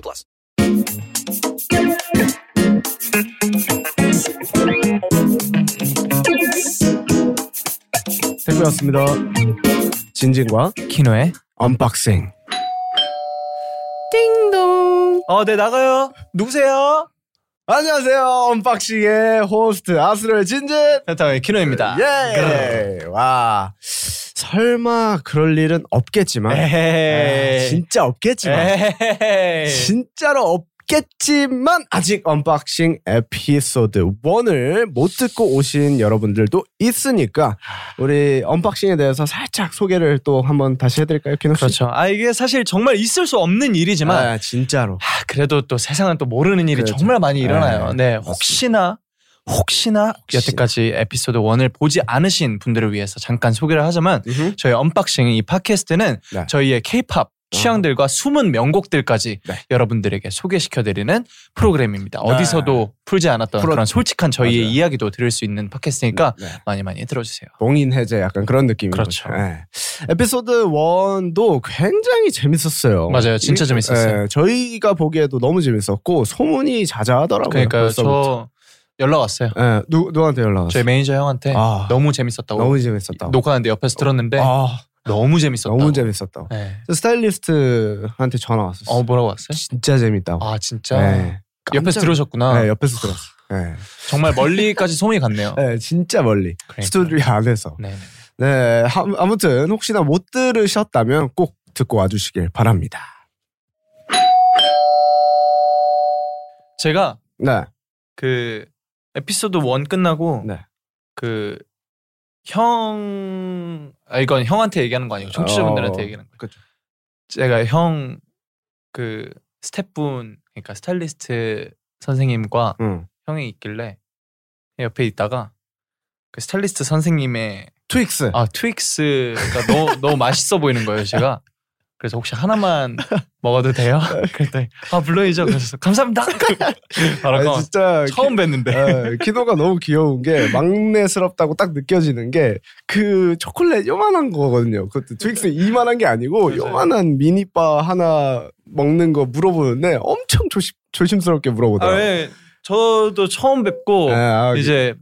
plus. 택배였습니다. 진진과 키노의 언박싱. 어, 네 나가요. 누구세요? 안녕하세요. 언박싱의 호스트 아스를 진진. 센터의 키노입니다. 예. 아, 와. 설마 그럴 일은 없겠지만. 아, 네. 에헤이. 진짜 네. 없겠지만. 에헤이. 진짜로 없겠지만 아직 언박싱 에피소드 1을 못 듣고 오신 여러분들도 있으니까 우리 언박싱에 대해서 살짝 소개를 또 한번 다시 해드릴까요, 키노 씨? 그렇죠. 아 이게 사실 정말 있을 수 없는 일이지만 아, 진짜로. 아, 그래도 또 세상은 또 모르는 일이 그렇죠. 정말 많이 일어나요. 아, 네, 혹시나 혹시나 여태까지 에피소드 1을 보지 않으신 분들을 위해서 잠깐 소개를 하자면 음흠. 저희 언박싱 이 팟캐스트는 네. 저희의 케이팝 취향들과 숨은 명곡들까지 네. 여러분들에게 소개시켜드리는 프로그램입니다. 어디서도 풀지 않았던 프로- 그런 솔직한 저희의 맞아요. 이야기도 들을 수 있는 팟캐스트니까 네. 많이 많이 들어주세요. 봉인 해제 약간 그런 느낌인 그렇죠. 거죠. 예. 에피소드 1도 굉장히 재밌었어요. 맞아요. 진짜 이게- 재밌었어요. 예, 저희가 보기에도 너무 재밌었고 소문이 자자하더라고요. 그러니까요. 아, 네, 벌써부터. 저 연락 왔어요. 예, 누, 누구한테 연락 왔어요? 저희 매니저 형한테 아. 너무 재밌었다고 너무 재밌었다고. 녹화하는데 옆에서 들었는데 아, 너무 재밌었다고. 너무 재밌었다고. 네. 저 스타일리스트한테 전화 왔었어요. 어 뭐라고 왔어요? 진짜 재밌다고. 아 진짜 아. 예. 옆에서 깜짝- 들으셨구나. 예, 옆에서 들었어. 예. 정말 멀리까지 소문이 갔네요. 예, 진짜 멀리 그러니까요. 스튜디오 안에서. 네. 네, 하- 아무튼 혹시나 못 들으셨다면 꼭 듣고 와주시길 바랍니다. 제가 네, 그 에피소드 1 끝나고 네. 그 형, 아 이건 형한테 얘기하는 거 아니고 청취자분들한테 어, 얘기하는 거예요. 그쵸. 제가 형 그 스태프분 그러니까 스타일리스트 선생님과 응. 형이 있길래 옆에 있다가 그 스타일리스트 선생님의 트윅스. 아 트윅스가 너무 너무 맛있어 보이는 거예요 제가 그래서 혹시 하나만 먹어도 돼요? 네. 그랬더니 아 물론이죠. 그래서 감사합니다. 바로 아, 그만 진짜 처음 뵀는데 예, 키노가 너무 귀여운 게 막내스럽다고 딱 느껴지는 게 그 초콜릿 요만한 거거든요. 그것도 트윅스 이만한 게 아니고 맞아요. 요만한 미니바 하나 먹는 거 물어보는데 엄청 조심 조심스럽게 물어보더라고요. 아왜 예. 저도 처음 뵙고 예, 아, 이제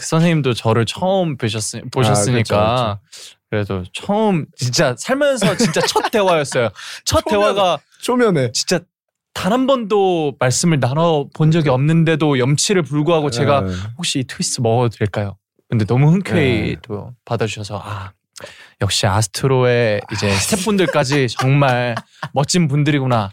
선생님도 저를 처음 뵈셨으, 그렇죠, 보셨으니까 그래도 처음 진짜 살면서 진짜 첫 대화였어요. 첫 처음이야. 대화가 초면에 진짜 단 한 번도 말씀을 나눠 본 음. 적이 없는데도 염치를 불구하고 제가 예. 혹시 이 트위스트 먹어도 될까요? 근데 너무 흔쾌히 예. 또 받아주셔서 아 역시 아스트로의 이제 스태프분들까지 정말 멋진 분들이구나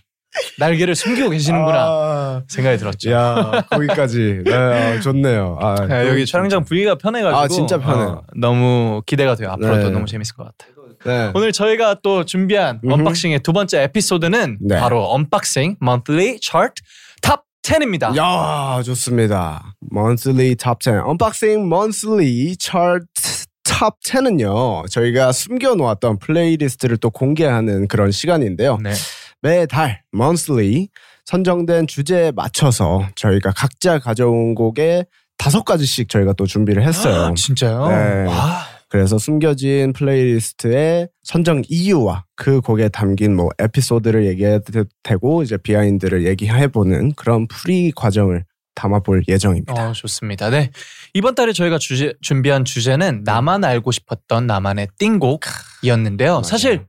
날개를 숨기고 계시는구나 아, 생각이 들었죠. 야 거기까지 네, 아, 좋네요. 아, 네, 여기 촬영장 분위기가 편해가지고 아, 진짜 편해요. 어, 너무 기대가 돼요. 앞으로도 네. 너무 재밌을 것 같아요. 네. 오늘 저희가 또 준비한 음흠. 언박싱의 두 번째 에피소드는 네. 바로 언박싱 monthly chart top 10입니다. 야 좋습니다. Monthly Top 10 언박싱 Monthly Chart Top 10은요 저희가 숨겨놓았던 플레이리스트를 또 공개하는 그런 시간인데요. 네. 매달 Monthly 선정된 주제에 맞춰서 저희가 각자 가져온 곡에 다섯 가지씩 저희가 또 준비를 아, 했어요. 진짜요? 네. 와. 그래서 숨겨진 플레이리스트의 선정 이유와 그 곡에 담긴 뭐 에피소드를 얘기해도 되고 이제 비하인드를 얘기해보는 그런 프리 과정을 담아볼 예정입니다. 어, 좋습니다. 네. 이번 달에 저희가 주제, 준비한 주제는 네. 나만 알고 싶었던 나만의 띵곡이었는데요. 맞아요. 사실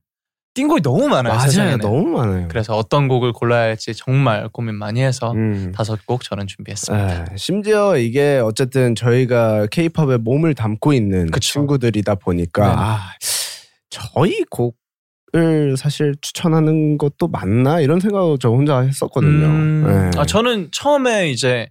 띵곡이 너무 어, 많아요. 세상에는. 너무 많아요. 그래서 어떤 곡을 골라야 할지 정말 고민 많이 해서 음. 네, 다섯 곡 저는 준비했습니다. 에, 심지어 이게 어쨌든 저희가 케이팝에 몸을 담고 있는 그쵸. 친구들이다 보니까 네. 아, 저희 곡을 사실 추천하는 것도 맞나 이런 생각을 저 혼자 했었거든요. 음, 예. 아, 저는 처음에 이제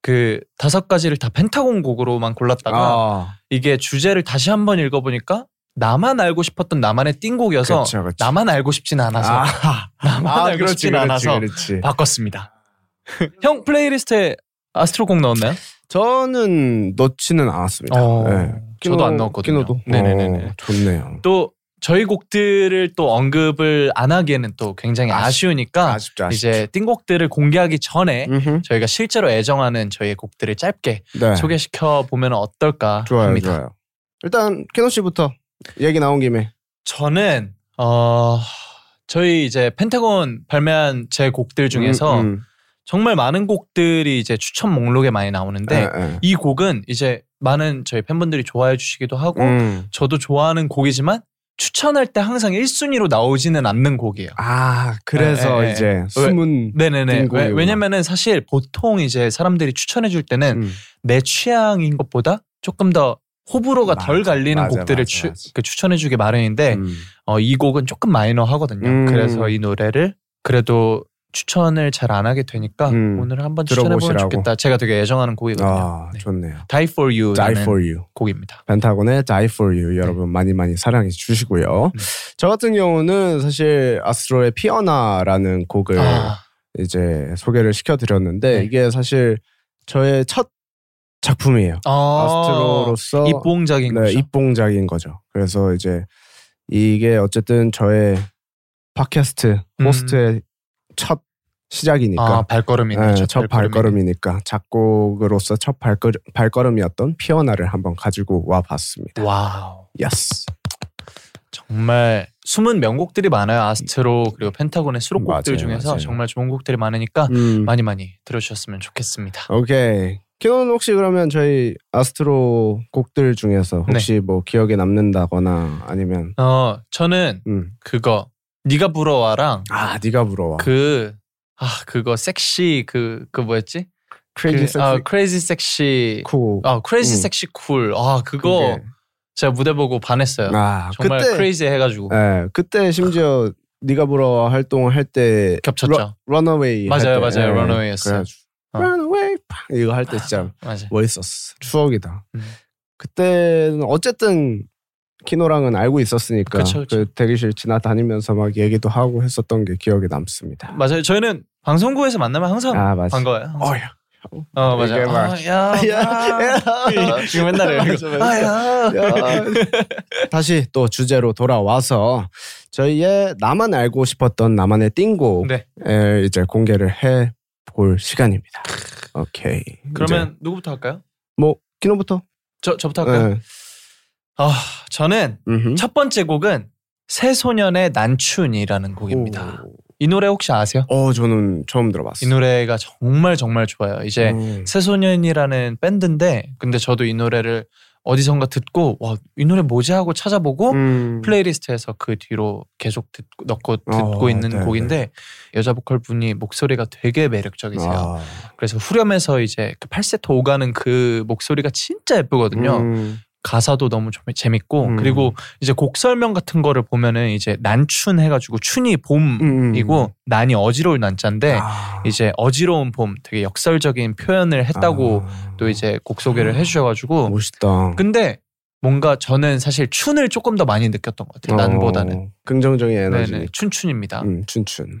그 다섯 가지를 다 펜타곤 곡으로만 골랐다가 아, 이게 주제를 다시 한번 읽어보니까 나만 알고 싶었던 나만의 띵곡이어서 그렇죠, 그렇죠. 나만 알고 싶진 않아서 아, 나만 아, 알고 그렇지, 싶진 그렇지, 않아서 그렇지. 바꿨습니다. 형 플레이리스트에 아스트로곡 넣었나요? 저는 넣지는 않았습니다. 어, 네. 저도 안 넣었거든요. 키노도. 네네네네. 어, 좋네요. 또 저희 곡들을 또 언급을 안 하기에는 또 굉장히 아쉽- 아쉬우니까 아쉽죠, 아쉽죠. 이제 띵곡들을 공개하기 전에 음흠. 저희가 실제로 애정하는 저희의 곡들을 짧게 네. 소개시켜 보면 어떨까 좋아요, 합니다. 좋아요. 일단 키노 씨부터 얘기 나온 김에 저는 어 저희 이제 펜타곤 발매한 제 곡들 중에서 음, 음. 정말 많은 곡들이 이제 추천 목록에 많이 나오는데 예, 예. 이 곡은 이제 많은 저희 팬분들이 좋아해 주시기도 하고 음. 저도 좋아하는 곡이지만 추천할 때 항상 1순위로 나오지는 않는 곡이에요. 아 그래서 예, 예, 이제 숨은 네네네. 띵곡이구나. 왜, 왜냐면은 사실 보통 이제 사람들이 추천해 줄 때는 음. 내 취향인 것보다 조금 더 호불호가 덜 맞아, 갈리는 맞아, 곡들을 맞아, 추, 맞아. 천해 주기 마련인데 음. 어, 이 곡은 조금 마이너하거든요. 음. 그래서 이 노래를 그래도 추천을 잘 안 하게 되니까 음. 오늘 한번 추천해보면 들어보시라고. 좋겠다. 제가 되게 애정하는 곡이거든요. 아 네. 좋네요. 그 Die for You라는 Die for you. 곡입니다. 벤타곤의 Die for You 여러분 많이 많이 사랑해 주시고요. 네. 저 같은 경우는 사실 아스트로의 피어나라는 곡을 아, 이제 소개를 시켜드렸는데 네. 이게 사실 저의 첫 작품이에요. 아, 아스트로로서 입봉작인 네, 거죠. 입봉작인 거죠. 그래서 이제 이게 어쨌든 저의 팟캐스트 음. 호스트의 첫 시작이니까 아 발걸음이네. 네, 첫, 첫 발걸음이네. 발걸음이니까 작곡으로서 첫 발걸, 발걸음이었던 피어나를 한번 가지고 와봤습니다. 와우. 예스. 정말 숨은 명곡들이 많아요. 아스트로 그리고 펜타곤의 수록곡들 맞아요, 중에서 맞아요. 정말 좋은 곡들이 많으니까 음. 많이 많이 들어주셨으면 좋겠습니다. 오케이. 키노는 혹시 그러면 저희 아스트로 곡들 중에서 네. 혹시 뭐 기억에 남는다거나 아니면 어 저는 음. 그거 네가 부러워랑 아 네가 부러워. 그 아, 그거 섹시 그 그 뭐였지? 크레이지 그, 섹시 아, 크레이지 섹시 쿨. 아, 크레이지 음. 섹시 쿨. 아, 그거 그게. 제가 무대 보고 반했어요. 아 정말 그때 크레이지 해 가지고 예, 그때 심지어 네가 부러워 활동을 할 때 겹쳤죠. 런어웨이 맞아요, 맞아요. Runaway였어요. 어. 런어웨이 예. 이거 할 때 진짜 맞아. 멋있었어. 추억이다. 음. 그때는 어쨌든 키노랑은 알고 있었으니까 그쵸, 그 그쵸. 대기실 지나다니면서 막 얘기도 하고 했었던 게 기억에 남습니다. 맞아요. 저희는 방송국에서 만나면 항상 아 맞아. 반가워요. 어야. 어 이게 맞아요. 막- 아, 야, 야, 야. 지금 맨날 이러고 맞아, 맞아. 아야. 다시 또 주제로 돌아와서 저희의 나만 알고 싶었던 나만의 띵곡을 네. 이제 공개를 해 볼 시간입니다. 오케이. 그러면 이제 누구부터 할까요? 뭐 키노부터. 저 저부터 할까요? 네. 아 저는 음흠. 첫 번째 곡은 새소년의 난춘이라는 곡입니다. 오. 이 노래 혹시 아세요? 어 저는 처음 들어봤어요. 이 노래가 정말 정말 좋아요. 이제 음. 새소년이라는 밴드인데 근데 저도 이 노래를 어디선가 듣고 와 이 노래 뭐지 하고 찾아보고 음. 플레이리스트에서 그 뒤로 계속 듣고 넣고 듣고 어, 있는 네, 곡인데 여자 보컬 분이 목소리가 되게 매력적이세요. 아. 그래서 후렴에서 이제 그 팔세토 오가는 그 목소리가 진짜 예쁘거든요. 음. 가사도 너무 좀 재밌고 음. 그리고 이제 곡 설명 같은 거를 보면은 이제 난춘 해가지고 춘이 봄이고 음. 난이 어지러울 난자인데 아. 네, 이제 어지러운 봄 되게 역설적인 표현을 했다고 아. 또 이제 곡 소개를 해주셔가지고 멋있다. 근데 뭔가 저는 사실 춘을 조금 더 많이 느꼈던 것 같아요. 어, 난보다는 긍정적인 에너지. 네네 춘춘입니다. 음, 춘춘.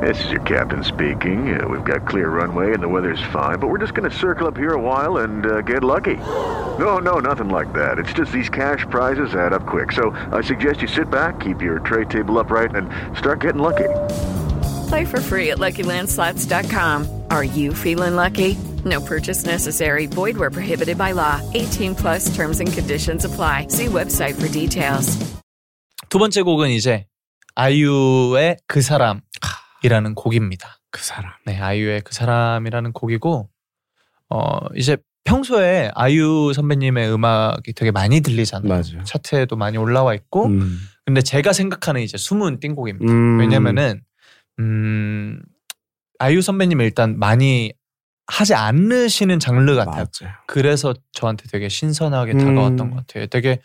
This is your captain speaking. Uh, we've got clear runway and the weather's fine, but we're just going to circle up here a while and uh, get lucky. No, no, nothing like that. It's just these cash prizes add up quick. So I suggest you sit back, keep your tray table upright, and start getting lucky. Play for free at LuckyLandSlots.com. Are you feeling lucky? No purchase necessary. Void where prohibited by law. 18 plus terms and conditions apply. See website for details. 두 번째 곡은 이제 아이유의 그 사람이라는 곡입니다. 그 사람. 네, 아이유의 그 사람이라는 곡이고 어 이제 평소에 아이유 선배님의 음악이 되게 많이 들리잖아요. 맞아요. 차트에도 많이 올라와 있고 음. 근데 제가 생각하는 이제 숨은 띵곡입니다. 음. 왜냐면은 음 아이유 선배님은 일단 많이 하지 않으시는 장르 같아요. 맞아요. 그래서 저한테 되게 신선하게 음. 다가왔던 것 같아요. 되게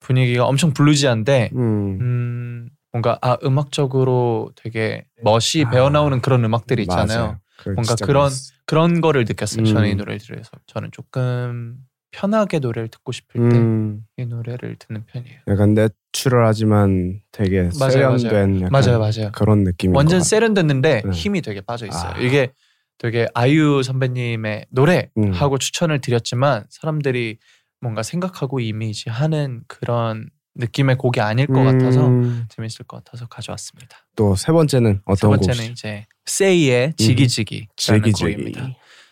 분위기가 엄청 블루지한데 음. 음, 뭔가 아 음악적으로 되게 멋이 배어 나오는 그런 음악들이 있잖아요. 아. 맞아요. 그거 뭔가 진짜 그런 멋있- 그런 거를 느꼈어요. 저는 이 음. 노래를 들으면서 저는 조금 편하게 노래를 듣고 싶을 때 이 음. 노래를 듣는 편이에요. 약간 내추럴하지만 되게 맞아요, 맞아요. 세련된 약간 맞아요, 맞아요. 그런 느낌인 완전 것 같아요. 세련됐는데 네. 힘이 되게 빠져 있어요. 음. 아. 이게 되게 아이유 선배님의 노래 음. 하고 추천을 드렸지만 사람들이 뭔가 생각하고 이미지 하는 그런 느낌의 곡이 아닐 음. 것 같아서 재밌을 것 같아서 가져왔습니다. 또 세 번째는 세 어떤 번째는 곡이죠? 음. 이제 세이의 지기지기라는 지기지기. 곡입니다.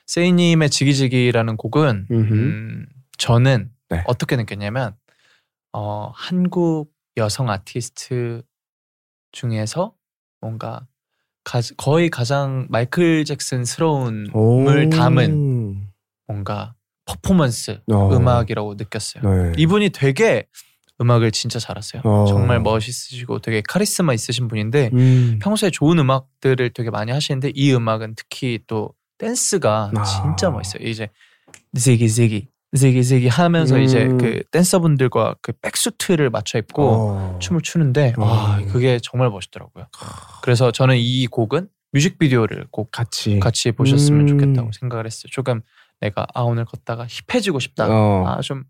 세이님의 지기지기라는 곡은 음흠. 음, 저는 네. 어떻게 느꼈냐면 어, 한국 여성 아티스트 중에서 뭔가 가- 거의 가장 마이클 오. 잭슨스러운을 담은 뭔가 퍼포먼스 어. 음악이라고 느꼈어요. 네. 이분이 되게 음악을 진짜 잘하세요. 어. 정말 멋있으시고 되게 카리스마 있으신 분인데 음. 평소에 좋은 음악들을 되게 많이 하시는데 이 음악은 특히 또 댄스가 아. 진짜 멋있어요. 이제 지기 지기 지기 지기 하면서 음. 이제 그 댄서분들과 그 백수트를 맞춰 입고 어. 춤을 추는데 와 음. 그게 정말 멋있더라고요. 그래서 저는 이 곡은 뮤직비디오를 꼭 같이 같이 보셨으면 네. 음. 좋겠다고 생각을 했어요. 조금 내가 아 오늘 걷다가 힙해지고 싶다. 어. 음, 아좀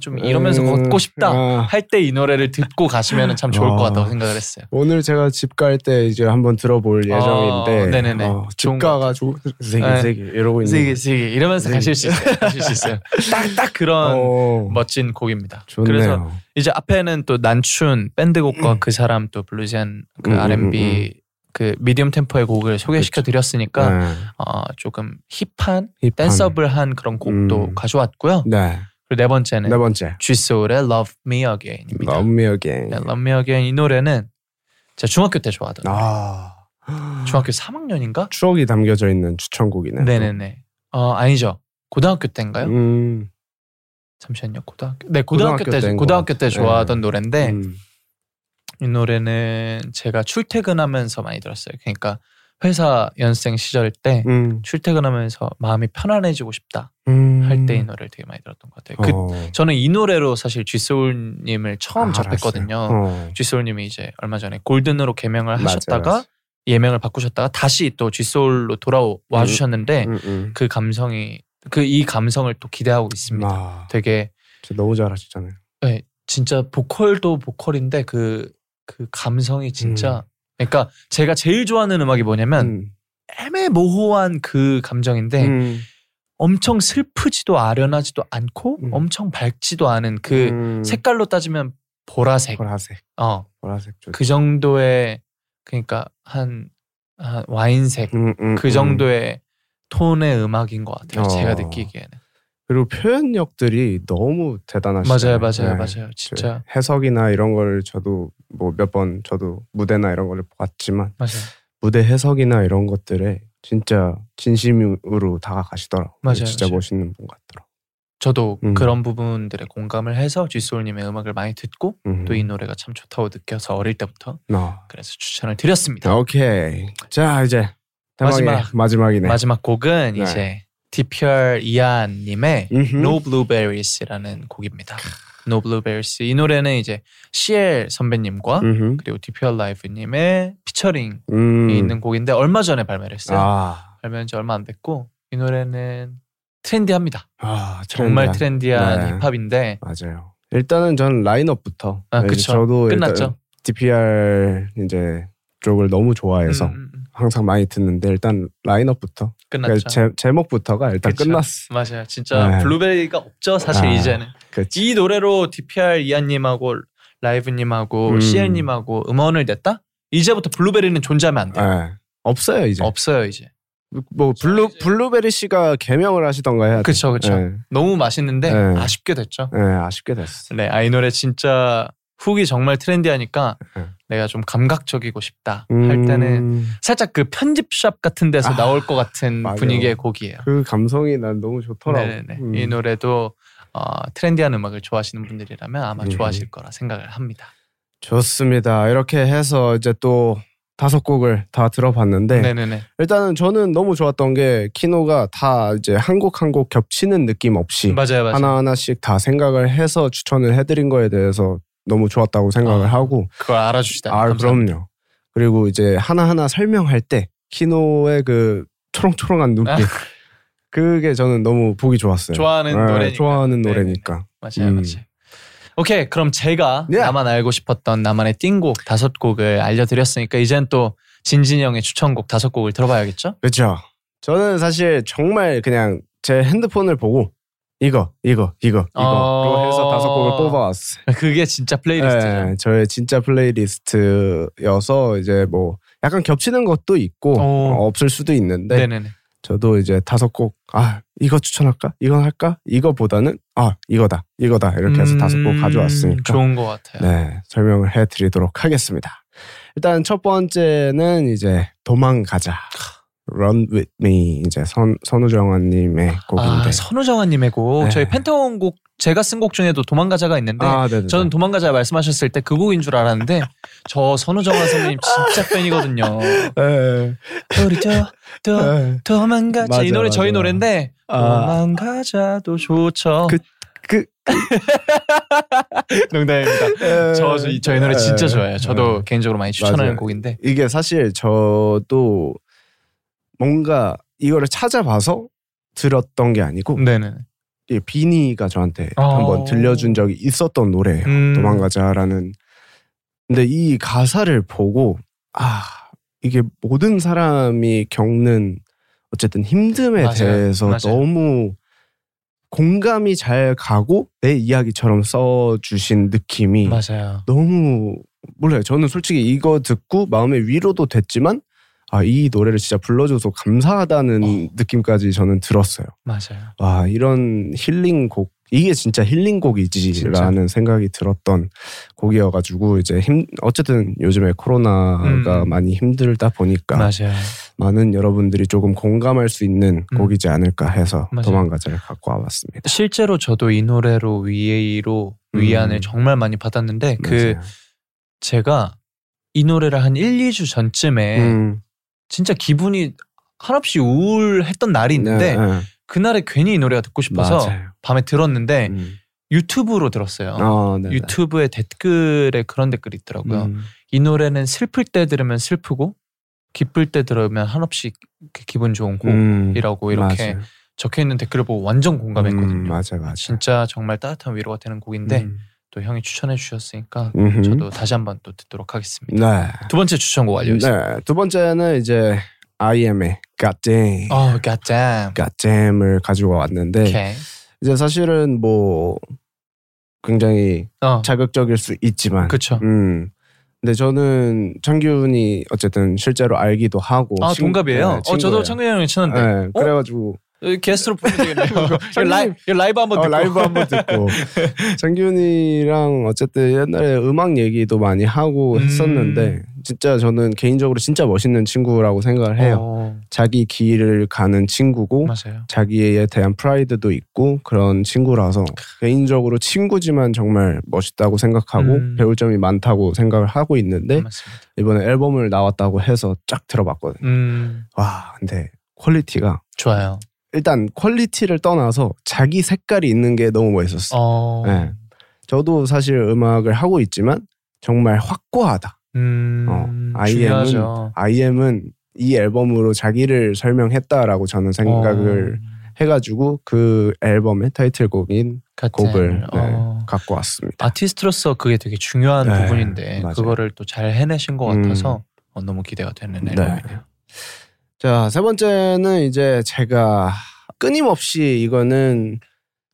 좀 이러면서 걷고 싶다 아. 할 때 이 노래를 듣고 가시면 참 좋을 것 어. 같다고 생각을 했어요. 오늘 제가 집 갈 때 이제 한번 들어볼 어, 예정인데 어, 네네네. 좋은 집가가 것좀 네. 세게 세게 이러고 있는 세게 세게 이러면서 세게. 가실 수 있어요. 가실 수 있어요. 딱 딱 그런 어, 멋진 곡입니다. 좋네요. 뭐, 그래서 이제 앞에는 또 난춘 밴드곡과 그 사람 또 블루지한 그 음, 그렇죠. 네. 음, R&B 그 미디엄 템포의 곡을 소개시켜 드렸으니까 어, 조금 힙한, 댄서블한 그런 곡도 음. 가져왔고요. 네. 그리고 네 네. 번째는 네 번째 G소울의 Love Me Again입니다. Love Me Again. 네, Love Me Again 이 노래는 제가 중학교 때 좋아하던 아 중학교 3학년인가? 추억이 담겨져 있는 추천곡이네. 네네네. 네. 어 아니죠. 고등학교 때인가요? 음, 잠시만요. 고등학교 네 고등학교, 고등학교 때 때인 것 고등학교 때 같아요. 좋아하던 노래인데 음. 이 노래는 제가 출퇴근하면서 많이 들었어요. 그러니까 회사 연습생 시절 때 음. 출퇴근하면서 마음이 편안해지고 싶다 할 때 이 노래를 되게 많이 들었던 것 같아요. 그- 음. 어. 저는 이 노래로 사실 쥐소울님을 처음 아, 접했거든요. 알았어요. 어. 쥐소울님이 이제 얼마 전에 골든으로 개명을 맞아요, 하셨다가 맞아요. 예명을 바꾸셨다가 다시 또 쥐소울로 돌아와 음. 주셨는데 음, 음. 그 감성이 그 이 감성을 또 기대하고 있습니다. 아, 되게 진짜 너무 잘하시잖아요. 네, 진짜 보컬도 보컬인데 그 그 감성이 진짜 그러니까 제가 제일 좋아하는 음악이 뭐냐면 음. 애매모호한 그 감정인데 음. 엄청 슬프지도 아련하지도 않고 음. 엄청 밝지도 않은 그 음. 색깔로 따지면 보라색 보라색 어 그 보라색 좋. 정도의 그러니까 한, 한 와인색 음, 음, 그 음. 정도의 톤의 음악인 것 같아요 어. 제가 느끼기에는 그리고 표현력들이 너무 대단하시죠. 맞아요 네. 맞아요 맞아요 진짜 해석이나 이런 걸 저도 뭐 몇 번 저도 무대나 이런 걸 봤지만 맞아요 무대 해석이나 이런 것들에 진짜 진심으로 다가가시더라고. 맞아요, 진짜 맞아요. 멋있는 분 같더라고. 저도 음. 그런 부분들에 공감을 해서 쥐소울님의 음악을 많이 듣고 음. 또 이 노래가 참 좋다고 느껴서 어릴 때부터 어. 그래서 추천을 아, 드렸습니다. 네, 오케이. 자 이제 대망의 마지막. 마지막이네. 마지막 곡은 네. 이제 DPR 이하님의 음흠. No Blueberries라는 곡입니다. No Blueberries 이 노래는 이제 CL 선배님과 음흠. 그리고 DPR 라이브님의 피처링이 음. 있는 곡인데 얼마 전에 발매를 했어요. 아. 발매한 지 얼마 안 됐고 이 노래는 트렌디합니다. 아, 정말 트렌디한. 트렌디한 네. 힙합인데 맞아요. 일단은 전 라인업부터. 아, 이제 그쵸. 저도 일단 끝났죠. DPR 이제 쪽을 너무 좋아해서 음, 음, 음. 항상 많이 듣는데 일단 라인업부터 끝났죠. 그러니까 제, 제목부터가 일단 그쵸. 끝났어. 맞아요. 진짜 네. 블루베리가 없죠. 사실 아, 이제는 그치. 이 노래로 DPR 이한님하고 라이브님하고 음. CL님하고 음원을 냈다. 이제부터 블루베리는 존재하면 안 돼. 요 예. 없어요 이제. 없어요 이제. 뭐 블루 블루베리 씨가 개명을 하시던가 해야 돼. 그쵸 그쵸. 예. 너무 맛있는데 아, 네. 아쉽게 됐죠. 예, 아쉽게 됐어. 네, 아 이 노래 진짜 훅이 정말 트렌디하니까 네. 내가 좀 감각적이고 싶다 할 때는 살짝 그 편집샵 같은 데서 음. 아, 나올 것 같은 맞아요. 분위기의 곡이에요. 그 감성이 난 너무 좋더라고. 네네네. 음. 이 노래도 어, 트렌디한 음악을 좋아하시는 분들이라면 아마 음. 좋아하실 거라 생각을 합니다. 좋습니다. 이렇게 해서 이제 또 다섯 곡을 다 들어봤는데 네. 네네 일단은 저는 너무 좋았던 게 키노가 다 이제 한 곡 한 곡 겹치는 느낌 없이 맞아요, 맞아요. 예. 하나 하나씩 다 생각을 해서 추천을 해드린 거에 대해서 너무 좋았다고 생각을 아, 하고 그걸 알아주시다. 아 그럼요. 그리고 이제 하나 하나 설명할 때 키노의 그 초롱초롱한 눈빛 아. 그게 저는 너무 보기 좋았어요. 좋아하는 네, 노래니까. 좋아하는 네, 노래니까. 맞아요, 음. 맞아요. 오케이, 그럼 제가 예. 나만 알고 싶었던 나만의 띵곡 다섯 곡을 알려드렸으니까 이젠 또 진진이 형의 추천곡 다섯 곡을 들어봐야겠죠? 그렇죠. 저는 사실 정말 그냥 제 핸드폰을 보고 이거 이거 이거 이거로 어. 해서 다섯 곡을 뽑아왔어요. 그게 진짜 플레이리스트죠. 네, 저의 진짜 플레이리스트여서 이제 뭐 약간 겹치는 것도 있고 오. 어, 없을 수도 있는데 네네네. 저도 이제 다섯 곡 아 이거 추천할까 이건 할까 이거보다는 아 이거다 이거다 이렇게 해서 다섯 곡 음, 가져왔으니까 좋은 것 같아요. 네 설명을 해드리도록 하겠습니다. 일단 첫 번째는 이제 도망가자 Run with me 이제 선 선우정아님의 곡인데 아, 선우정아님의 곡. 네. 아, 저희 펜타곤 곡 제가 쓴 곡 중에도 도망가자가 있는데 네네 저는 도망가자 말씀하셨을 때 그 곡인 줄 알았는데 저 선우정아 선배님 진짜 팬이거든요. 네, 우리도 도, 네. 도망가자 이 맞아, 노래 저희 맞아. 노래인데 아. 도망가자도 좋죠. 그- 그- 농담입니다. 네. 저 이- 저희 노래 진짜 좋아해요. 저도 개인적으로 많이 추천하는 맞아요. 곡인데 이게 사실 저도 뭔가 이거를 찾아봐서 들었던 게 아니고 네네. 이 비니가 저한테 어. 한번 들려준 적이 있었던 노래예요. 음. 도망가자라는. 근데 이 가사를 보고 아 이게 모든 사람이 겪는 어쨌든 힘듦에 맞아요. 대해서 맞아요. 너무 공감이 잘 가고 내 이야기처럼 써주신 느낌이 맞아요. 너무 몰라요. 저는 솔직히 이거 듣고 마음의 위로도 됐지만 아 이 노래를 진짜 불러줘서 어. 감사하다는 느낌까지 저는 들었어요. 맞아요. 와 이런 힐링 곡 이게 진짜 힐링 곡이지라는 생각이 들었던 곡이어가지고 이제 힘 어쨌든 요즘에 코로나가 음. 많이 힘들다 보니까 맞아요. 많은 여러분들이 조금 공감할 수 있는 음. 곡이지 않을까 해서 맞아요. 도망가자를 갖고 와봤습니다. 실제로 저도 이 노래로 위에이로 위안을 음. 정말 많이 받았는데 그 맞아요. 제가 이 노래를 한 1, 2주 전쯤에 음. 진짜 기분이 한없이 우울했던 날이 있는데 네, 네. 그날에 괜히 이 노래가 듣고 싶어서 맞아요. 밤에 들었는데 음. 유튜브로 들었어요. 어, 네, 네. 유튜브에 댓글에 그런 댓글이 있더라고요. 음. 이 노래는 슬플 때 들으면 슬프고 기쁠 때 들으면 한없이 이렇게 기분 좋은 음. 곡이라고 이렇게 맞아요. 적혀 있는 댓글을 보고 완전 음, 공감했거든요. 네. 맞아 맞아. 진짜 정말 따뜻한 위로가 되는 곡인데 음. 또 형이 추천해 주셨으니까 음흠. 저도 다시 한번 또 듣도록 하겠습니다. 네. 두 번째 추천곡 알려주세요. 네. 두 번째는 이제 IM의 God Damn. 어, goddamn. God Damn을 가지고 왔는데 오케이. 이제 사실은 뭐 굉장히 어, 자극적일 수 있지만 그쵸. 음. 근데 저는 창균이 어쨌든 실제로 알기도 하고 아 친- 네, 동갑이에요. 어 친구예요. 저도 창균이 형이 친한데 네, 어? 그래가지고 여기 게스트로 보면 되겠네요. 이거 라이 창균님. 이거 라이브 한번 어, 듣고 라이브 한번 듣고 장균이랑 어쨌든 옛날에 음악 얘기도 많이 하고 음. 했었는데 진짜 저는 개인적으로 진짜 멋있는 친구라고 생각을 해요. 어, 자기 길을 가는 친구고 맞아요. 자기에 대한 프라이드도 있고 그런 친구라서 개인적으로 친구지만 정말 멋있다고 생각하고 음. 배울 점이 많다고 생각을 하고 있는데 맞습니다. 이번에 앨범을 나왔다고 해서 쫙 들어봤거든요. 음 와 근데 퀄리티가 좋아요. 일단 퀄리티를 떠나서 자기 색깔이 있는 게 너무 멋있었어요. 어, 네. 저도 사실 음악을 하고 있지만 정말 확고하다. 음 어, 중요하죠. IM은 IM은 이 앨범으로 자기를 설명했다라고 저는 생각을 어, 해가지고 그 앨범의 타이틀곡인 goddamn. 곡을 네, 어. 갖고 왔습니다. 아티스트로서 그게 되게 중요한 네, 부분인데 맞아요. 그거를 또 잘 해내신 것 음. 같아서 어, 너무 기대가 되는 네. 앨범이네요. 자, 세 번째는 이제 제가 끊임없이 이거는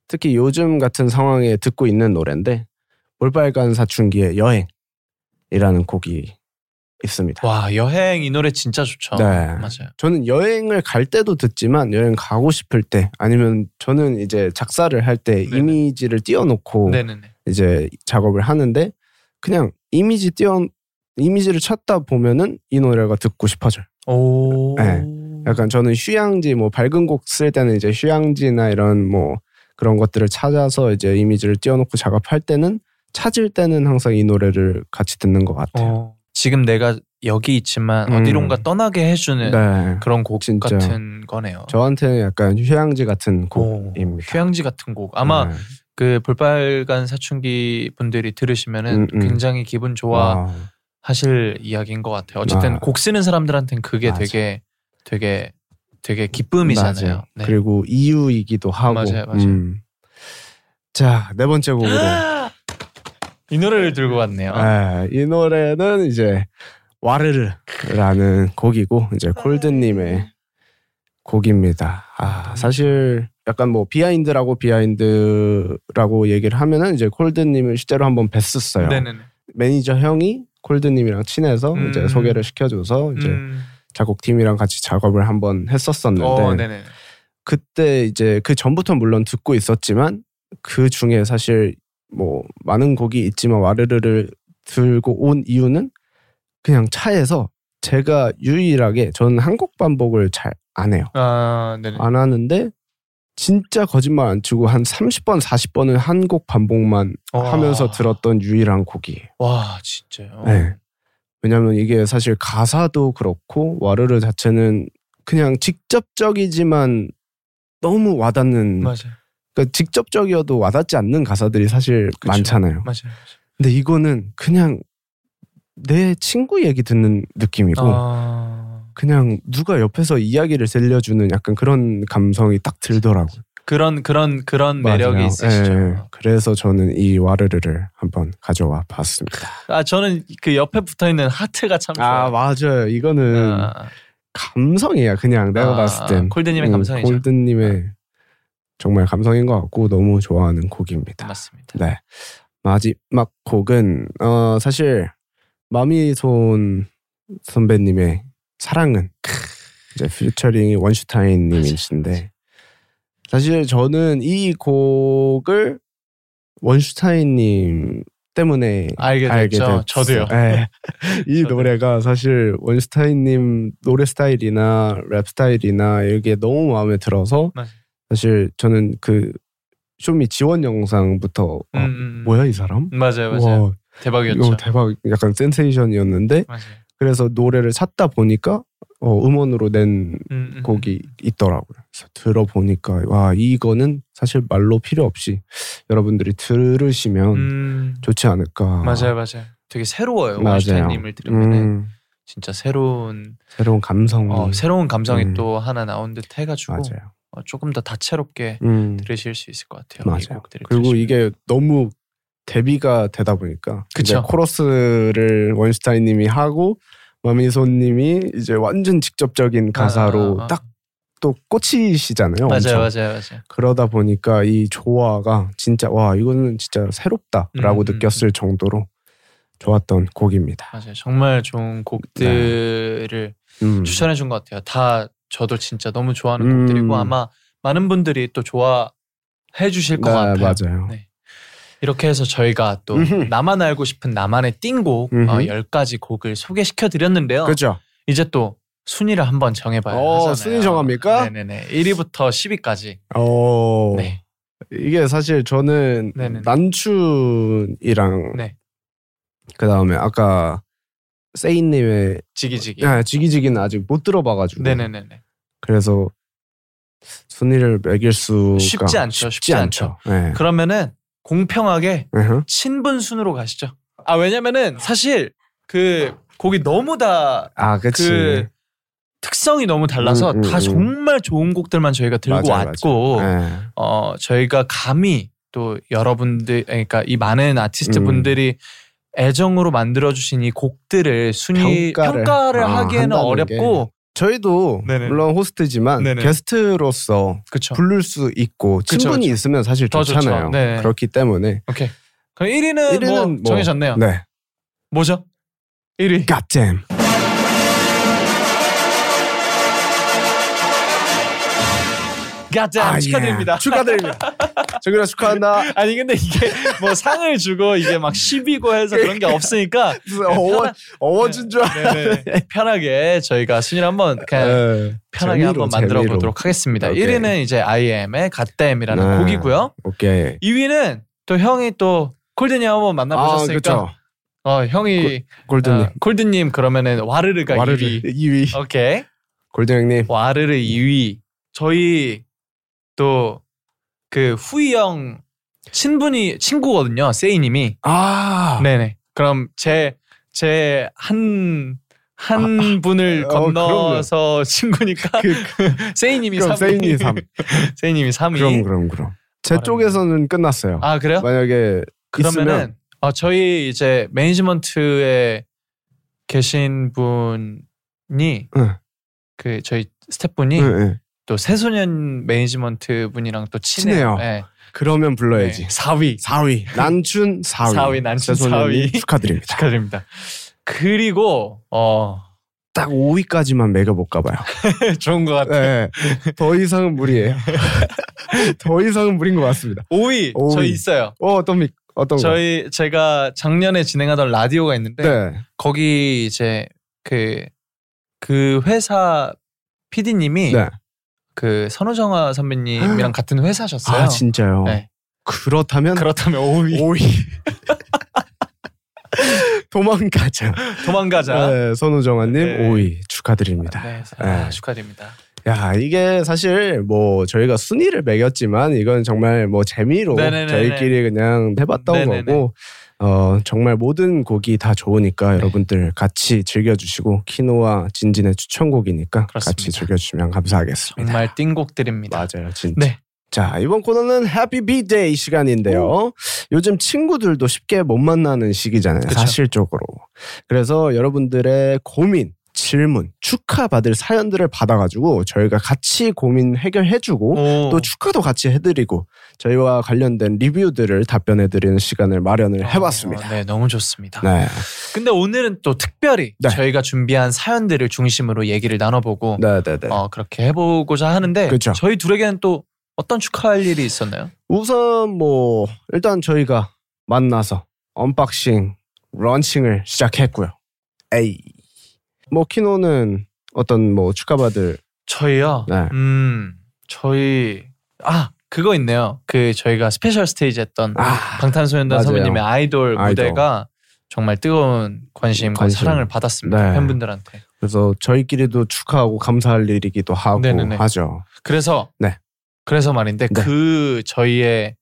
특히 요즘 같은 상황에 듣고 있는 노래인데 올빨간 사춘기의 여행이라는 곡이 있습니다. 와 여행 이 노래 진짜 좋죠. 네. 어, 맞아요. 저는 여행을 갈 때도 듣지만 여행 가고 싶을 때 아니면 저는 이제 작사를 할 때 네네. 이미지를 띄워놓고 네네네. 이제 작업을 하는데 그냥 이미지 띄어 이미지를 찾다 보면은 이 노래가 듣고 싶어져요. 오. 네. 음. 약간 저는 휴양지 뭐 밝은 곡 쓸 때는 이제 휴양지나 이런 뭐 그런 것들을 찾아서 이제 이미지를 띄워놓고 작업할 때는 찾을 때는 항상 이 노래를 같이 듣는 것 같아요. 어, 지금 내가 여기 있지만 음. 어디론가 떠나게 해주는 네. 그런 곡 진짜. 같은 거네요. 저한테는 약간 휴양지 같은 오, 곡입니다. 어, 휴양지 같은 곡. 아마 네. 그 볼빨간 사춘기 분들이 들으시면은 음, 음. 굉장히 기분 좋아 와. 하실 이야기인 것 같아요. 어쨌든 와. 곡 쓰는 사람들한테는 그게 맞아. 되게 되게 되게 기쁨이잖아요. 맞아요. 네. 그리고 이유이기도 하고. 맞아요, 맞아요. 음. 자, 네 번째 곡으로. 이 노래를 들고 왔네요. 음. 예, 이 노래는 이제 와르르라는 곡이고 이제 콜드님의 곡입니다. 아, 사실 약간 뭐 비하인드라고 비하인드라고 얘기를 하면은 이제 콜드님을 실제로 한번 뵀었어요. 네네네. 매니저 형이 콜드님이랑 친해서 음. 이제 소개를 시켜줘서 이제 음. 작곡팀이랑 같이 작업을 한번 했었었는데 어, 네네. 그때 이제 그 전부터 물론 듣고 있었지만 그 중에 사실 뭐 많은 곡이 있지만 와르르를 들고 온 이유는 그냥 차에서 제가 유일하게 저는 한국 반복을 잘 안 해요. 아, 네네. 안 하는데 진짜 거짓말 안 치고 한 30번 40번은 한국 반복만 와. 하면서 들었던 유일한 곡이에요. 와, 진짜요. 네. 왜냐면 이게 사실 가사도 그렇고 와르르 자체는 그냥 직접적이지만 너무 와닿는 맞아요. 그러니까 직접적이어도 와닿지 않는 가사들이 사실 그쵸. 많잖아요. 맞아요. 근데 이거는 그냥 내 친구 얘기 듣는 느낌이고 아, 그냥 누가 옆에서 이야기를 들려주는 약간 그런 감성이 딱 들더라고요. 그런 그런 그런 매력이 맞아요. 있으시죠. 예. 그래서 저는 이 와르르를 한번 가져와 봤습니다. 아 저는 그 옆에 붙어 있는 하트가 참 좋아요. 아 맞아요. 이거는 아, 감성이야 그냥 내가 아, 봤을 땐 콜드님의 음, 감성이죠. 콜드님의 정말 감성인 것 같고 너무 좋아하는 곡입니다. 맞습니다. 네. 마지막 곡은 어 사실 마미손 선배님의 사랑은 이제 퓨처링이 원슈타인 님이신데 사실 저는 이 곡을 원슈타인 님 때문에 알게 됐죠. 저도요. 네. 이 저도요. 노래가 사실 원슈타인 님 노래 스타일이나 랩 스타일이나 이게 너무 마음에 들어서 맞아요. 사실 저는 그 쇼미 지원 영상부터 음, 아, 음, 음. 뭐야 이 사람? 맞아요, 맞아요. 와, 대박이었죠. 이거 대박 약간 센세이션이었는데 맞아요. 그래서 노래를 찾다 보니까 어, 음원으로 낸 음, 음. 곡이 있더라고요. 그래서 들어보니까 와 이거는 사실 말로 필요 없이 여러분들이 들으시면 음, 좋지 않을까. 맞아요, 맞아요. 되게 새로워요. 어. 맞아요. 원슈타인님을 그 들으면 은 음, 진짜 새로운 새로운 감성. 어, 새로운 감성이 음. 또 하나 나온 듯 해가지고 맞아요. 어, 조금 더 다채롭게 음, 들으실 수 있을 것 같아요. 이 맞아요. 곡들을 그리고 들으시면. 이게 너무 데뷔가 되다 보니까 그쵸. 이제 코러스를 원슈타인님이 하고 마미손님이 이제 완전 직접적인 가사로 아, 아, 아. 딱 또 꽂히시잖아요. 엄청. 맞아요, 맞아요, 맞아요. 그러다 보니까 이 조화가 진짜 와 이거는 진짜 새롭다라고 음, 음, 느꼈을 정도로 좋았던 곡입니다. 맞아요. 정말 좋은 곡들을 음. 추천해 준 것 같아요. 다 저도 진짜 너무 좋아하는 음. 곡들이고 아마 많은 분들이 또 좋아해 주실 것 네, 같아요. 맞아요. 네. 이렇게 해서 저희가 또 음흠. 나만 알고 싶은 나만의 띵곡 음흠. 어, 10가지 곡을 소개시켜 드렸는데요. 그죠? 이제 또 순위를 한번 정해봐야 어, 하잖아요. 순위 정합니까? 네네네. 1위부터 10위까지. 어 네. 이게 사실 저는 네네네. 난춘이랑 네. 그 다음에 아까 세인님의 지기지기. 야, 지기지기는 아직 못 들어봐가지고 예. 네. 네네네네. 그래서 순위를 매길 수가 쉽지 않죠, 그 쉽지 네. 그러면은 공평하게 으흠. 친분 순으로 가시죠. 아 왜냐면은 사실 그 곡이 너무 다 아 그치 그 특성이 너무 달라서 음, 음, 다 음. 정말 좋은 곡들만 저희가 들고 맞아요, 왔고 맞아요. 네. 어 저희가 감히 또 여러분들 그러니까 이 많은 아티스트 음. 분들이 애정으로 만들어 주신 이 곡들을 순위 평가를, 평가를, 아, 하기에는 한다는 어렵고 저희도 네네네. 물론 호스트지만 네네. 게스트로서 그쵸 부를 수 있고 그쵸, 친분이 그쵸. 있으면 사실 더 좋죠. 좋잖아요 네. 그렇기 때문에 오케이 그럼 1위는, 1위는 뭐, 뭐, 정해졌네요 네 뭐죠 1위 갓잼 가자 축하드립니다 아, 아, 예. 축하드립니다 정윤아 축하한다. 아니 근데 이게 뭐 상을 주고 이게 막 시비고 해서 그런 게 없으니까 어워 어워진 줄 알아. 네, 네. 편하게 저희가 순위를 한번 그냥 에, 편하게 네. 재미로, 한번 만들어 재미로. 보도록 하겠습니다. 오케이. 1위는 이제 IM의 갓댐이라는 네. 곡이고요. 오케이. 2위는 또 형이 또 콜드님 한번 만나보셨으니까 아, 그쵸. 어, 형이 골든님. 어, 콜드님 그러면은 와르르가 와르르 2위. 2위. 오케이. 골든 형님. 와르르 2위. 저희 또 그 후이 형 친분이 친구거든요. 세이님이. 아. 네네. 그럼 제 제 한 한 분을 어, 건너서 친구니까 그- 세이님이 그럼 3위. 세인이 3. 세이님이 3위. 그럼 그럼 그럼. 제 말합니다. 쪽에서는 끝났어요. 아 그래요? 만약에 있으면 그러면은 어, 저희 이제 매니지먼트에 계신 분이 응. 그 저희 스태프분이 응, 응. 또 새소년 매니지먼트 분이랑 또 친해요. 친해요. 네. 그러면 불러야지. 4위 4위 난춘 4위. 4위, 네. 난춘 최소년님 4위. 축하드립니다. 축하드립니다. 그리고 어 딱 5위까지만 매겨 볼까 봐요. 좋은 것 같아요. 네. 더 이상은 무리예요. 더 이상은 무리인 것 같습니다. 5위, 오위. 저희 있어요. 어, 어떤 미- 어떤 거? 저희 제가 작년에 진행하던 라디오가 있는데 네. 거기 이제 그 그 회사 PD님이 네. 그 선우정아 선배님이랑 같은 회사셨어요. 아, 진짜요. 음. 네. 그렇다면 그렇다면 5위 5위. 도망가자. 도망가자. 네, 선우정아님 네. 5위 축하드립니다. 네, 아, 네. 축하드립니다. 야 이게 사실 뭐 저희가 순위를 매겼지만 이건 정말 뭐 재미로 네네네네. 저희끼리 그냥 해봤던 네네네. 네. 거고 어 정말 모든 곡이 다 좋으니까 여러분들 같이 즐겨주시고 키노와 진진의 추천곡이니까 같이 그렇습니다. 즐겨주시면 감사하겠습니다. 정말 띵곡들입니다. 맞아요, 진짜. 네. 자 이번 코너는 해피 비데이 시간인데요. 요즘 친구들도 쉽게 못 만나는 시기잖아요. 그쵸. 사실적으로. 그래서 여러분들의 고민, 질문, 축하받을 사연들을 받아가지고 저희가 같이 고민 해결해주고 오. 또 축하도 같이 해드리고 저희와 관련된 리뷰들을 답변해드리는 시간을 마련을 어, 해봤습니다. 네, 너무 좋습니다. 네, 근데 오늘은 또 특별히 네. 저희가 준비한 사연들을 중심으로 얘기를 나눠보고 네, 네, 네. 어, 그렇게 해보고자 하는데 그쵸. 저희 둘에게는 또 어떤 축하할 일이 있었나요? 우선 뭐 일단 저희가 만나서 언박싱 런칭을 시작했고요. 에이. 뭐 키노는 어떤 뭐 축하받을 저희요. 네. 음, 저희 아 그거 있네요. 그 저희가 스페셜 스테이지 했던 아, 방탄소년단 맞아요. 선배님의 아이돌 아이돌. 무대가 정말 뜨거운 관심과 관심. 사랑을 받았습니다 네. 팬분들한테. 그래서 저희끼리도 축하하고 감사할 일이기도 하고 네네네. 하죠. 그래서 네. 그래서 말인데 네. 그 저희의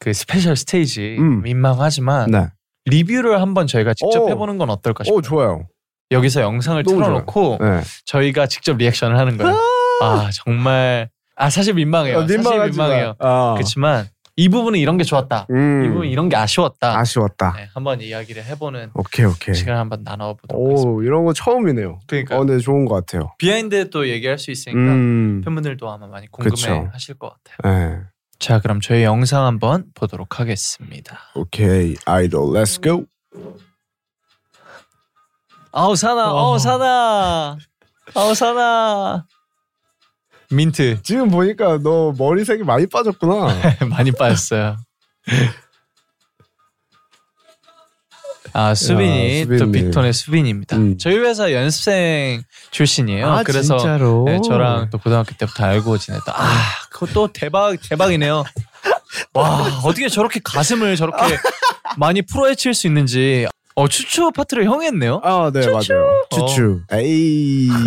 그 스페셜 스테이지 음. 민망하지만 네. 리뷰를 한번 저희가 직접 오. 해보는 건 어떨까 싶어요. 오 좋아요. 여기서 영상을 너무 틀어놓고 네. 저희가 직접 리액션을 하는 거예요. 아 정말 아 사실 민망해요. 아, 사실 민망하지만. 민망해요. 아. 그렇지만 이 부분은 이런 게 좋았다. 음. 이 부분 이런 게 아쉬웠다. 아쉬웠다. 네, 한번 이야기를 해보는 오케이 오케이. 시간 을 한번 나눠보도록 하겠습니다. 오 이런 거 처음이네요. 그러니까 어, 네 좋은 것 같아요. 비하인드 또 얘기할 수 있으니까 음. 팬분들도 아마 많이 궁금해하실 것 같아요. 네. 자 그럼 저희 영상 한번 보도록 하겠습니다. 오케이 아이돌 렛츠 고. 아우 사나, 아우 사나, 아우 사나. 어. 민트 지금 보니까 너 머리색이 많이 빠졌구나. 많이 빠졌어요. 아 수빈이 야, 또 수빈님. 빅톤의 수빈입니다. 음. 저희 회사 연습생 출신이에요. 아, 그래서 진짜로? 네, 저랑 또 고등학교 때부터 알고 지냈다. 아 그것도 대박 대박이네요. 와 어떻게 저렇게 가슴을 저렇게 많이 풀어헤칠 수 있는지. 어 추추 파트를 형이 했네요. 아, 네 맞아요. 어. 추추. 에이.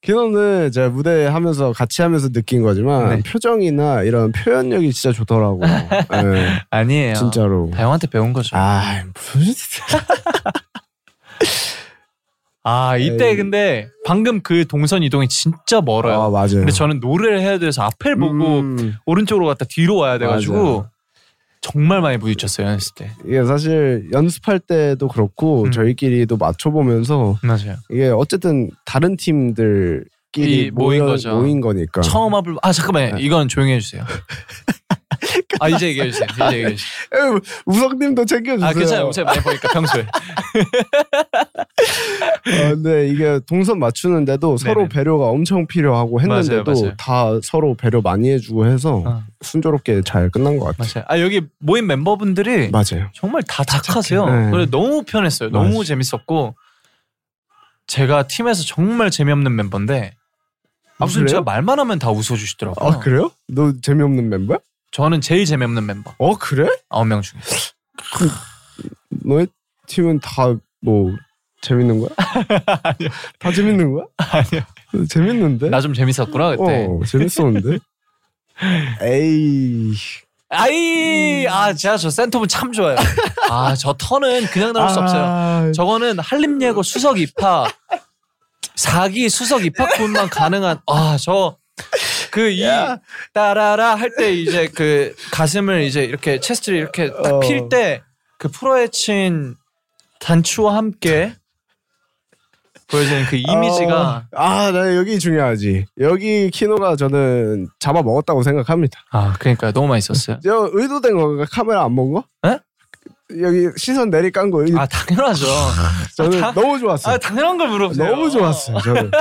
키노는 제가 무대 하면서 같이 하면서 느낀 거지만 네. 표정이나 이런 표현력이 진짜 좋더라고요. 예, 아니에요. 진짜로. 다 형한테 배운 거죠. 아, 아 무슨 이때 에이. 아, 근데 방금 그 동선 이동이 진짜 멀어요. 아 맞아요. 근데 저는 노래를 해야 돼서 앞을 보고 음, 오른쪽으로 갔다 뒤로 와야 돼가지고 맞아요. 정말 많이 부딪혔어요 연습 때. 이게 사실 연습할 때도 그렇고 음. 저희끼리도 맞춰보면서 맞아요. 이게 어쨌든 다른 팀들끼리 이 모인 모여- 거죠. 모인 거니까 네. 처음 합을 아 잠깐만 요 이건 조용히 해주세요. 아 이제 얘기해 주세요. 이제 얘기해 주세요. 에휴, 우성님도 챙겨주세요. 아 괜찮아요. 요새 많이 보니까 평소에. 어, 근데 이게 동선 맞추는데도 서로 네네. 배려가 엄청 필요하고 했는데도 맞아요, 아. 맞아요. 다 서로 배려 많이 해주고 해서 순조롭게 잘 끝난 것 같아요. 맞아요. 아 여기 모임 멤버분들이 맞아요. 정말 다 착하세요. 네. 그래 너무 편했어요. 너무 맞아요. 재밌었고 제가 팀에서 정말 재미없는 멤버인데 아, 무슨 그래요? 제가 말만 하면 다 웃어주시더라고요. 아 그래요? 너 재미없는 멤버야? 저는 제일 재미없는 멤버 어 그래? 아홉 명 중에. 너의 팀은 다 뭐 재밌는 거야? 다 재밌는 거야? 아니야. 재밌는데? 나 네. 좀 재밌었구나 그때. 어 재밌었는데. 에이. 아이 음. 아 제가 저 센터분 참 좋아요. 아 저 턴은 그냥 나올 수 없어요. 아, 저거는 한림예고 수석 입학 4기 수석 입학분만 가능한 아저 그 이 따라라 할 때 이제 그 가슴을 이제 이렇게 체스트를 이렇게 어. 딱 필 때 그 프로에 친 단추와 함께 보여지는 그 이미지가 아, 나 여기 중요하지. 여기 키노가 저는 잡아 먹었다고 생각합니다. 아 그러니까 너무 맛있었어요. 저 의도된 건가? 카메라 안 본 거? 에? 여기 시선 내리 깐 거. 아 당연하죠. 저는 아, 다- 너무 좋았어요. 아 당연한 걸 물어보세요. 너무 좋았어요. 저는.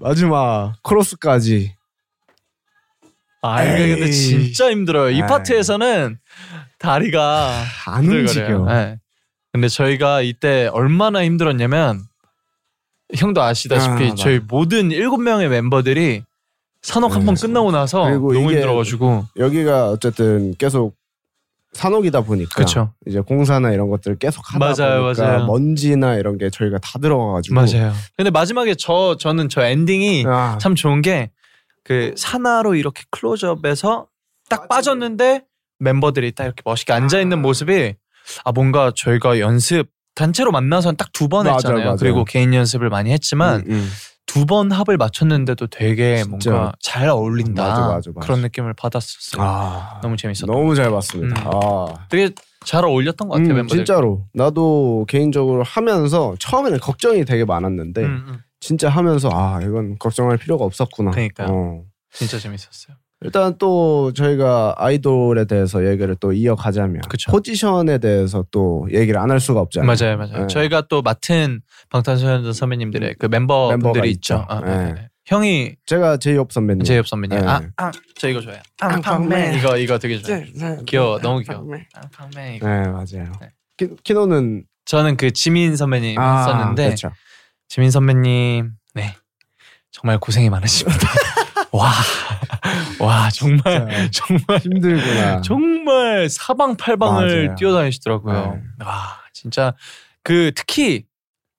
마지막 크로스까지. 아, 이거 근데 에이. 진짜 힘들어요. 이 에이. 파트에서는 다리가 안 움직여. 네. 근데 저희가 이때 얼마나 힘들었냐면 형도 아시다시피 아, 네, 저희 모든 일곱 명의 멤버들이 산옥 한 번 맞아. 끝나고 나서 그리고 너무 이게 뭐 힘들어가지고 여기가 어쨌든 계속 산옥이다 보니까 그쵸. 이제 공사나 이런 것들을 계속 하다 맞아요, 보니까 맞아요. 먼지나 이런 게 저희가 다 들어가가지고 맞아요. 근데 마지막에 저 저는 저 엔딩이 아, 참 좋은 게 그 산하로 이렇게 클로즈업해서 딱 빠졌는데 멤버들이 딱 이렇게 멋있게 앉아 있는 모습이 아 뭔가 저희가 연습 단체로 만나서는 딱 두 번 맞아요, 했잖아요. 맞아요. 그리고 개인 연습을 많이 했지만 음, 음. 두 번 합을 맞췄는데도 되게 진짜. 뭔가 잘 어울린다 맞아, 맞아, 맞아. 그런 느낌을 받았었어요. 아, 너무 재밌었다. 너무 잘 봤습니다. 음. 아. 되게 잘 어울렸던 것 같아요 음, 멤버들. 진짜로 나도 개인적으로 하면서 처음에는 걱정이 되게 많았는데 음, 음. 진짜 하면서 아 이건 걱정할 필요가 없었구나. 그러니까요. 어. 진짜 재밌었어요. 일단 또 저희가 아이돌에 대해서 얘기를 또 이어가자면 그쵸. 포지션에 대해서 또 얘기를 안 할 수가 없잖아요. 맞아요, 맞아요. 네. 음. 저희가 또 맡은 방탄소년단 선배님들의 그 멤버분들이 멤버가 있죠. 있죠. 아, 네. 네, 네. 형이 제가 제이홉 선배님. 제이홉 선배님. 네. 아, 아, 저 이거 좋아요. 앙팡맨. 이거 이거 되게 좋아요. 귀여워, 너무 귀여워. 앙팡맨. 이거. 네 맞아요. 네. 키, 키노는 저는 그 지민 선배님 썼는데 아, 그쵸. 지민 선배님, 네 정말 고생이 많으십니다. 와, 와 정말 정말 힘들구나. 정말 사방팔방을 아. 맞아요. 네. 뛰어다니시더라고요. 와, 진짜 그 특히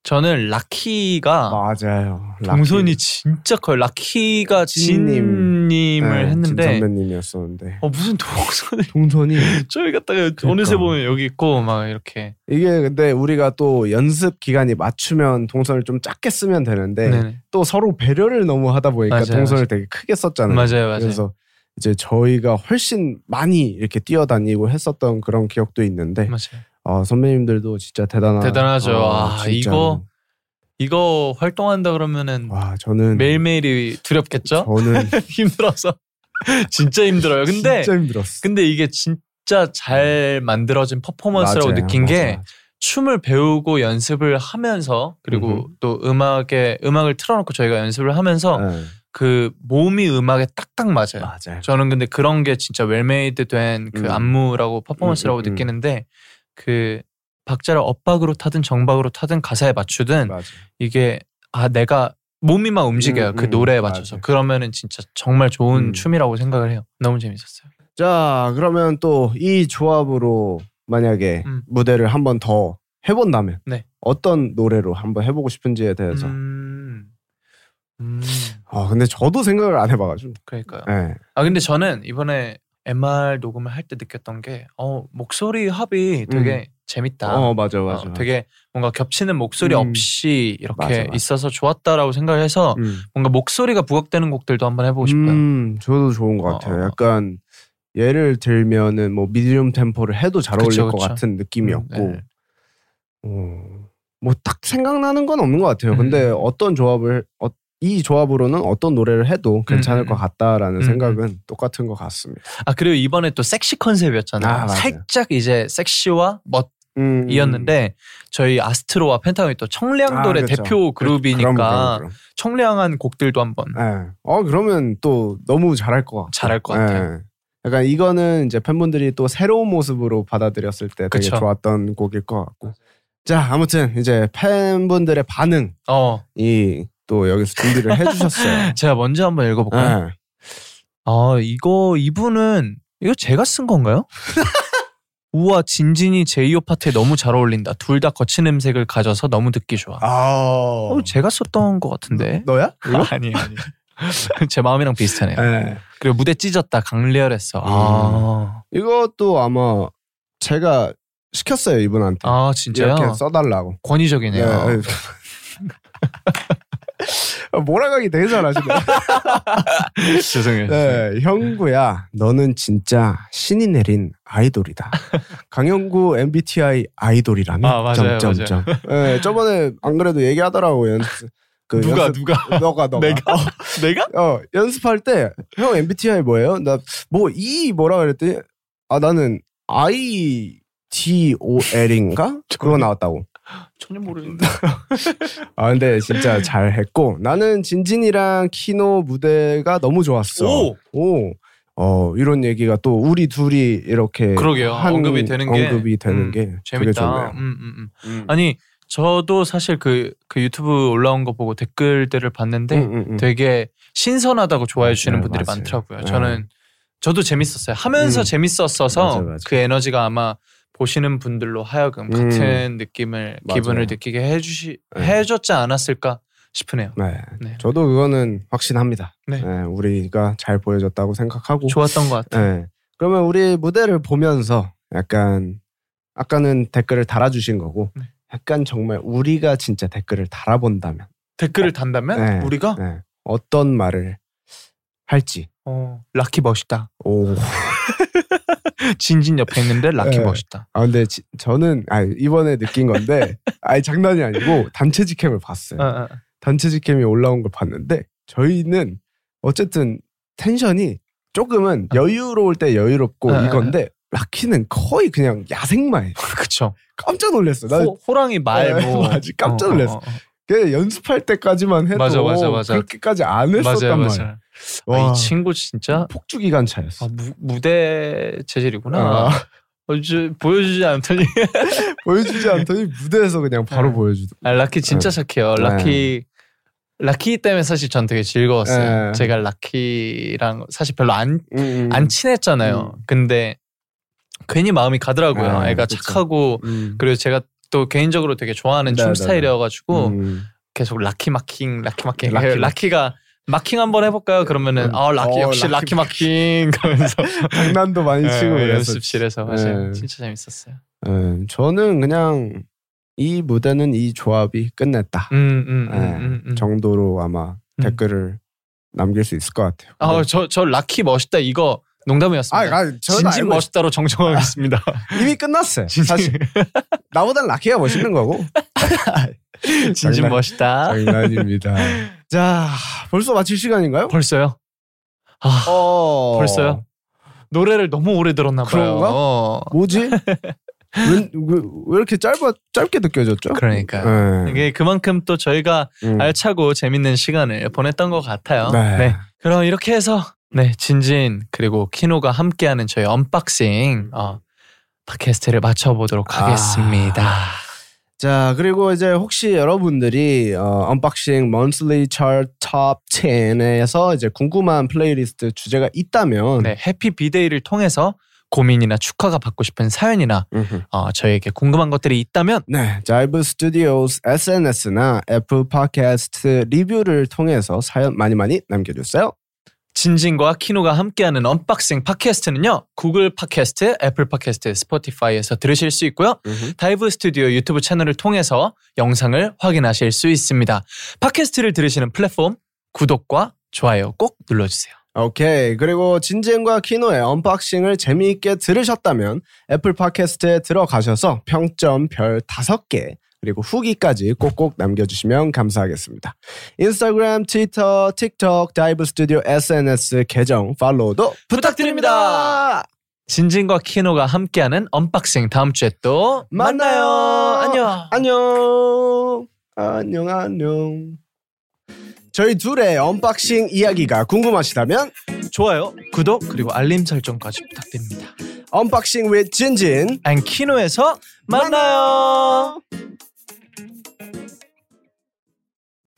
저는 라키가 맞아요. 락키. 동선이 진짜 커요. 라키가 진님. 진님을 네, 진 했는데 선배님이었었는데 어, 무슨 동선을 동선이 저희 갔다가 그러니까. 어느새 보면 여기 있고 막 이렇게 이게 근데 우리가 또 연습 기간이 맞추면 동선을 좀 작게 쓰면 되는데 네네. 또 서로 배려를 너무 하다 보니까 맞아요, 동선을 되게 크게 썼잖아요. 맞아요 맞아요. 그래서 이제 저희가 훨씬 많이 이렇게 뛰어다니고 했었던 그런 기억도 있는데 맞아요. 어, 선배님들도 진짜 대단하 음. 어, 대단하죠. 아, 진짜로. 이거- 이거 활동한다 그러면은 와 저는 매일매일이 두렵겠죠? 저는 힘들어서 진짜 힘들어요. 근데 진짜 힘들었어. 근데 이게 진짜 잘 만들어진 퍼포먼스라고 맞아요, 느낀 게 맞아요. 춤을 배우고 연습을 하면서 그리고 음흠. 또 음악에 음악을 틀어놓고 저희가 연습을 하면서 네, 그 몸이 음악에 딱딱 맞아요. 맞아요. 저는 근데 그런 게 진짜 웰메이드 된 그 음. 안무라고 퍼포먼스라고 음, 음, 음. 느끼는데 그 박자를 엇박으로 타든 정박으로 타든 가사에 맞추든 맞아요. 이게 아 내가 몸이만 움직여요 음, 그 음, 노래에 맞춰서 맞아요. 그러면은 진짜 정말 좋은 음. 춤이라고 생각을 해요 너무 재밌었어요 자 그러면 또 이 조합으로 만약에 음. 무대를 한 번 더 해본다면 네. 어떤 노래로 한번 해보고 싶은지에 대해서 음, 음, 아 근데 저도 생각을 안 해봐가지고 그러니까요 네. 아 근데 저는 이번에 MR 녹음을 할 때 느꼈던 게 어, 목소리 합이 되게 재밌다 어 맞아 어, 맞아 되게 뭔가 겹치는 목소리 음. 없이 이렇게 맞아, 맞아. 있어서 좋았다라고 생각을 해서 음. 뭔가 목소리가 부각되는 곡들도 한번 해보고 싶어요. 음, 저도 좋은 것 같아요 어, 어. 약간 예를 들면은 뭐 미디움 템포를 해도 잘 어울릴 그쵸, 것 그쵸. 같은 느낌이었고 음, 네. 뭐 딱 생각나는 건 없는 것 같아요 근데 음. 어떤 조합을 어, 이 조합으로는 어떤 노래를 해도 괜찮을 것 같다라는 음. 생각은 똑같은 것 같습니다. 아 그리고 이번에 또 섹시 컨셉이었잖아요. 아, 맞아요. 살짝 이제 섹시와 음, 멋이었는데 저희 아스트로와 펜타곤이 또 청량돌의 아, 그렇죠. 대표 그룹이니까 그럼, 그럼, 그럼. 청량한 곡들도 한번 예. 어 그러면 또 너무 잘할 것 같아요. 잘할 것 같아요. 예. 약간 이거는 이제 팬분들이 또 새로운 모습으로 받아들였을 때 되게 그쵸. 좋았던 곡일 것 같고. 자 아무튼 이제 팬분들의 반응이 어 또 여기서 준비를 해주셨어요. 제가 먼저 한번 읽어볼까요? 예. 아 이거 이분은 이거 제가 쓴 건가요? 우와 진진이 제이오 파트에 너무 잘 어울린다. 둘 다 거친 음색을 가져서 너무 듣기 좋아. 아 어, 제가 썼던 것 같은데. 너야? 아니 아니. 제 마음이랑 비슷하네요. 예. 그리고 무대 찢었다 음. 강렬했어. 아, 이것도 아마 제가 시켰어요 이분한테 아 진짜요? 이렇게 써달라고. 권위적이네요. 네. 어, 몰아가기 되게 잘하시네. 죄송해요. 네, 형구야, 너는 진짜 신이 내린 아이돌이다. 강형구 MBTI 아이돌이라며. 아, 맞아요, 점점점. 네, 저번에 안 그래도 얘기하더라고 연. 그 누가 연습- 누가 너가 너가. 내가 내가? 어 연습할 때 형 MBTI 뭐예요? 나 뭐 이 뭐라 그랬더니 아 나는 I T O L인가 그거 나왔다고. 전혀 모르는데. 아 근데 진짜 잘했고 나는 진진이랑 키노 무대가 너무 좋았어. 오! 어 이런 얘기가 또 우리 둘이 이렇게 그러게요. 네, 한 언급이 되는 게 언급이 되는 음, 게 되게 재밌다. 좋네요. 음, 음, 음. 음. 아니 저도 사실 그 그 유튜브 올라온 거 보고 댓글들을 봤는데 음, 음, 음. 되게 신선하다고 좋아해 주시는 맞아요, 분들이 맞아요. 많더라고요. 네. 저는 저도 재밌었어요. 하면서 음. 재밌었어서 맞아요, 맞아요. 그 에너지가 아마 보시는 분들로 하여금 음. 같은 느낌을 맞아요. 기분을 느끼게 해주시 네. 해줬지 않았을까 싶으네요. 네. 네. 저도 그거는 확신합니다. 네. 네, 우리가 잘 보여줬다고 생각하고 좋았던 것 같아요. 네. 그러면 우리 무대를 보면서 약간 아까는 댓글을 달아주신 거고 네. 약간 정말 우리가 진짜 댓글을 달아본다면 댓글을 단다면 네. 우리가 네. 어떤 말을 할지 어, 락키 멋있다. 오. 진진 옆에 있는데 락키 네. 멋있다. 아 근데 지- 저는 아 이번에 느낀 건데 아니 장난이 아니고 단체 직캠을 봤어요. 어, 어. 단체 직캠이 올라온 걸 봤는데 저희는 어쨌든 텐션이 조금은 여유로울 때 여유롭고 아, 아, 아. 이건데 라키는 거의 그냥 야생마예요. 그쵸. 깜짝 놀랐어. 나 호, 호랑이 말 네, 뭐. 맞아. 깜짝 놀랐어. 어, 어, 어. 그 연습할 때까지만 해도 맞아, 맞아, 맞아. 그렇게까지 안 했었단 맞아요, 말이야. 맞아요. 아, 와, 이 친구 진짜 폭주 기관차였어. 아, 무, 무대 체질이구나. 아. 어, 저- 보여주지 않더니 보여주지 않더니 무대에서 그냥 바로 네. 보여주더라고. 아, 라키 진짜 착해요. 네. 라키 라키 때문에 사실 전 되게 즐거웠어요. 네. 제가 라키랑 사실 별로 안 안 음, 음. 친했잖아요. 근데 괜히 마음이 가더라고요. 네, 애가 그쵸. 착하고 음. 그리고 제가 또 개인적으로 되게 좋아하는 네, 네, 춤 네. 스타일이어가지고 음. 계속 라키 마킹, 라키 마킹. 라키 라키, 가 마킹 한번 해볼까요? 그러면은 음. 아 라키 어, 역시 라키 라키, 마킹 하면서 장난도 많이 치고 예, 그래서 연습실에서 맞아요. 예. 진짜 재밌었어요. 예, 저는 그냥 이 무대는 이 조합이 끝냈다 음, 음, 예, 음, 음. 정도로 아마 음. 댓글을 남길 수 있을 것 같아요. 네. 아, 저, 저 라키 멋있다 이거 아, 농담이었습니다. 아, 저는 진진 알고 아, 멋있다로 정정하겠습니다. 있- 이미 끝났어요. 사실 나보단 라키가 멋있는 거고 진진 장난- 멋있다. 장난입니다. 자, 벌써 마칠 시간인가요? 벌써요? 아, 어, 벌써요? 노래를 너무 오래 들었나 봐요. 그런가? 어. 뭐지? 왜, 왜, 왜 이렇게 짧아 짧게 느껴졌죠? 그러니까요. 예. 이게 그만큼 또 저희가 음. 알차고 재밌는 시간을 보냈던 것 같아요. 네. 그럼 이렇게 해서 네 진진 그리고 키노가 함께하는 저희 언박싱 어, 팟캐스트를 마쳐보도록 아. 하겠습니다. 자 그리고 이제 혹시 여러분들이 어, 언박싱 먼슬리 차트 톱 10에서 이제 궁금한 플레이리스트 주제가 있다면 네 해피 비데이를 통해서 고민이나 축하가 받고 싶은 사연이나 음흠. 어, 저에게 궁금한 것들이 있다면 네, 자이브 스튜디오스 SNS나 애플 팟캐스트 리뷰를 통해서 사연 많이 많이 남겨주세요. 진진과 키노가 함께하는 언박싱 팟캐스트는요 구글 팟캐스트, 애플 팟캐스트, 스포티파이에서 들으실 수 있고요 다이브 스튜디오 유튜브 채널을 통해서 영상을 확인하실 수 있습니다. 팟캐스트를 들으시는 플랫폼 구독과 좋아요 꼭 눌러주세요. 오케이. 그리고 진지행과 키노의 언박싱을 재미있게 들으셨다면 애플 팟캐스트에 들어가셔서 평점 별 5개, 그리고 후기까지 꼭꼭 남겨주시면 감사하겠습니다. 인스타그램, 트위터, 틱톡, 다이브 스튜디오 SNS 계정 팔로우도 부탁드립니다. 진진과 키노가 함께하는 언박싱 다음 주에 또 만나요. 안녕. 안녕. 안녕, 안녕. 저희 둘의 언박싱 이야기가 궁금하시다면 좋아요, 구독 그리고 알림 설정까지 부탁드립니다. 언박싱 with 진진 앤 키노에서 만나요.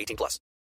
18 plus.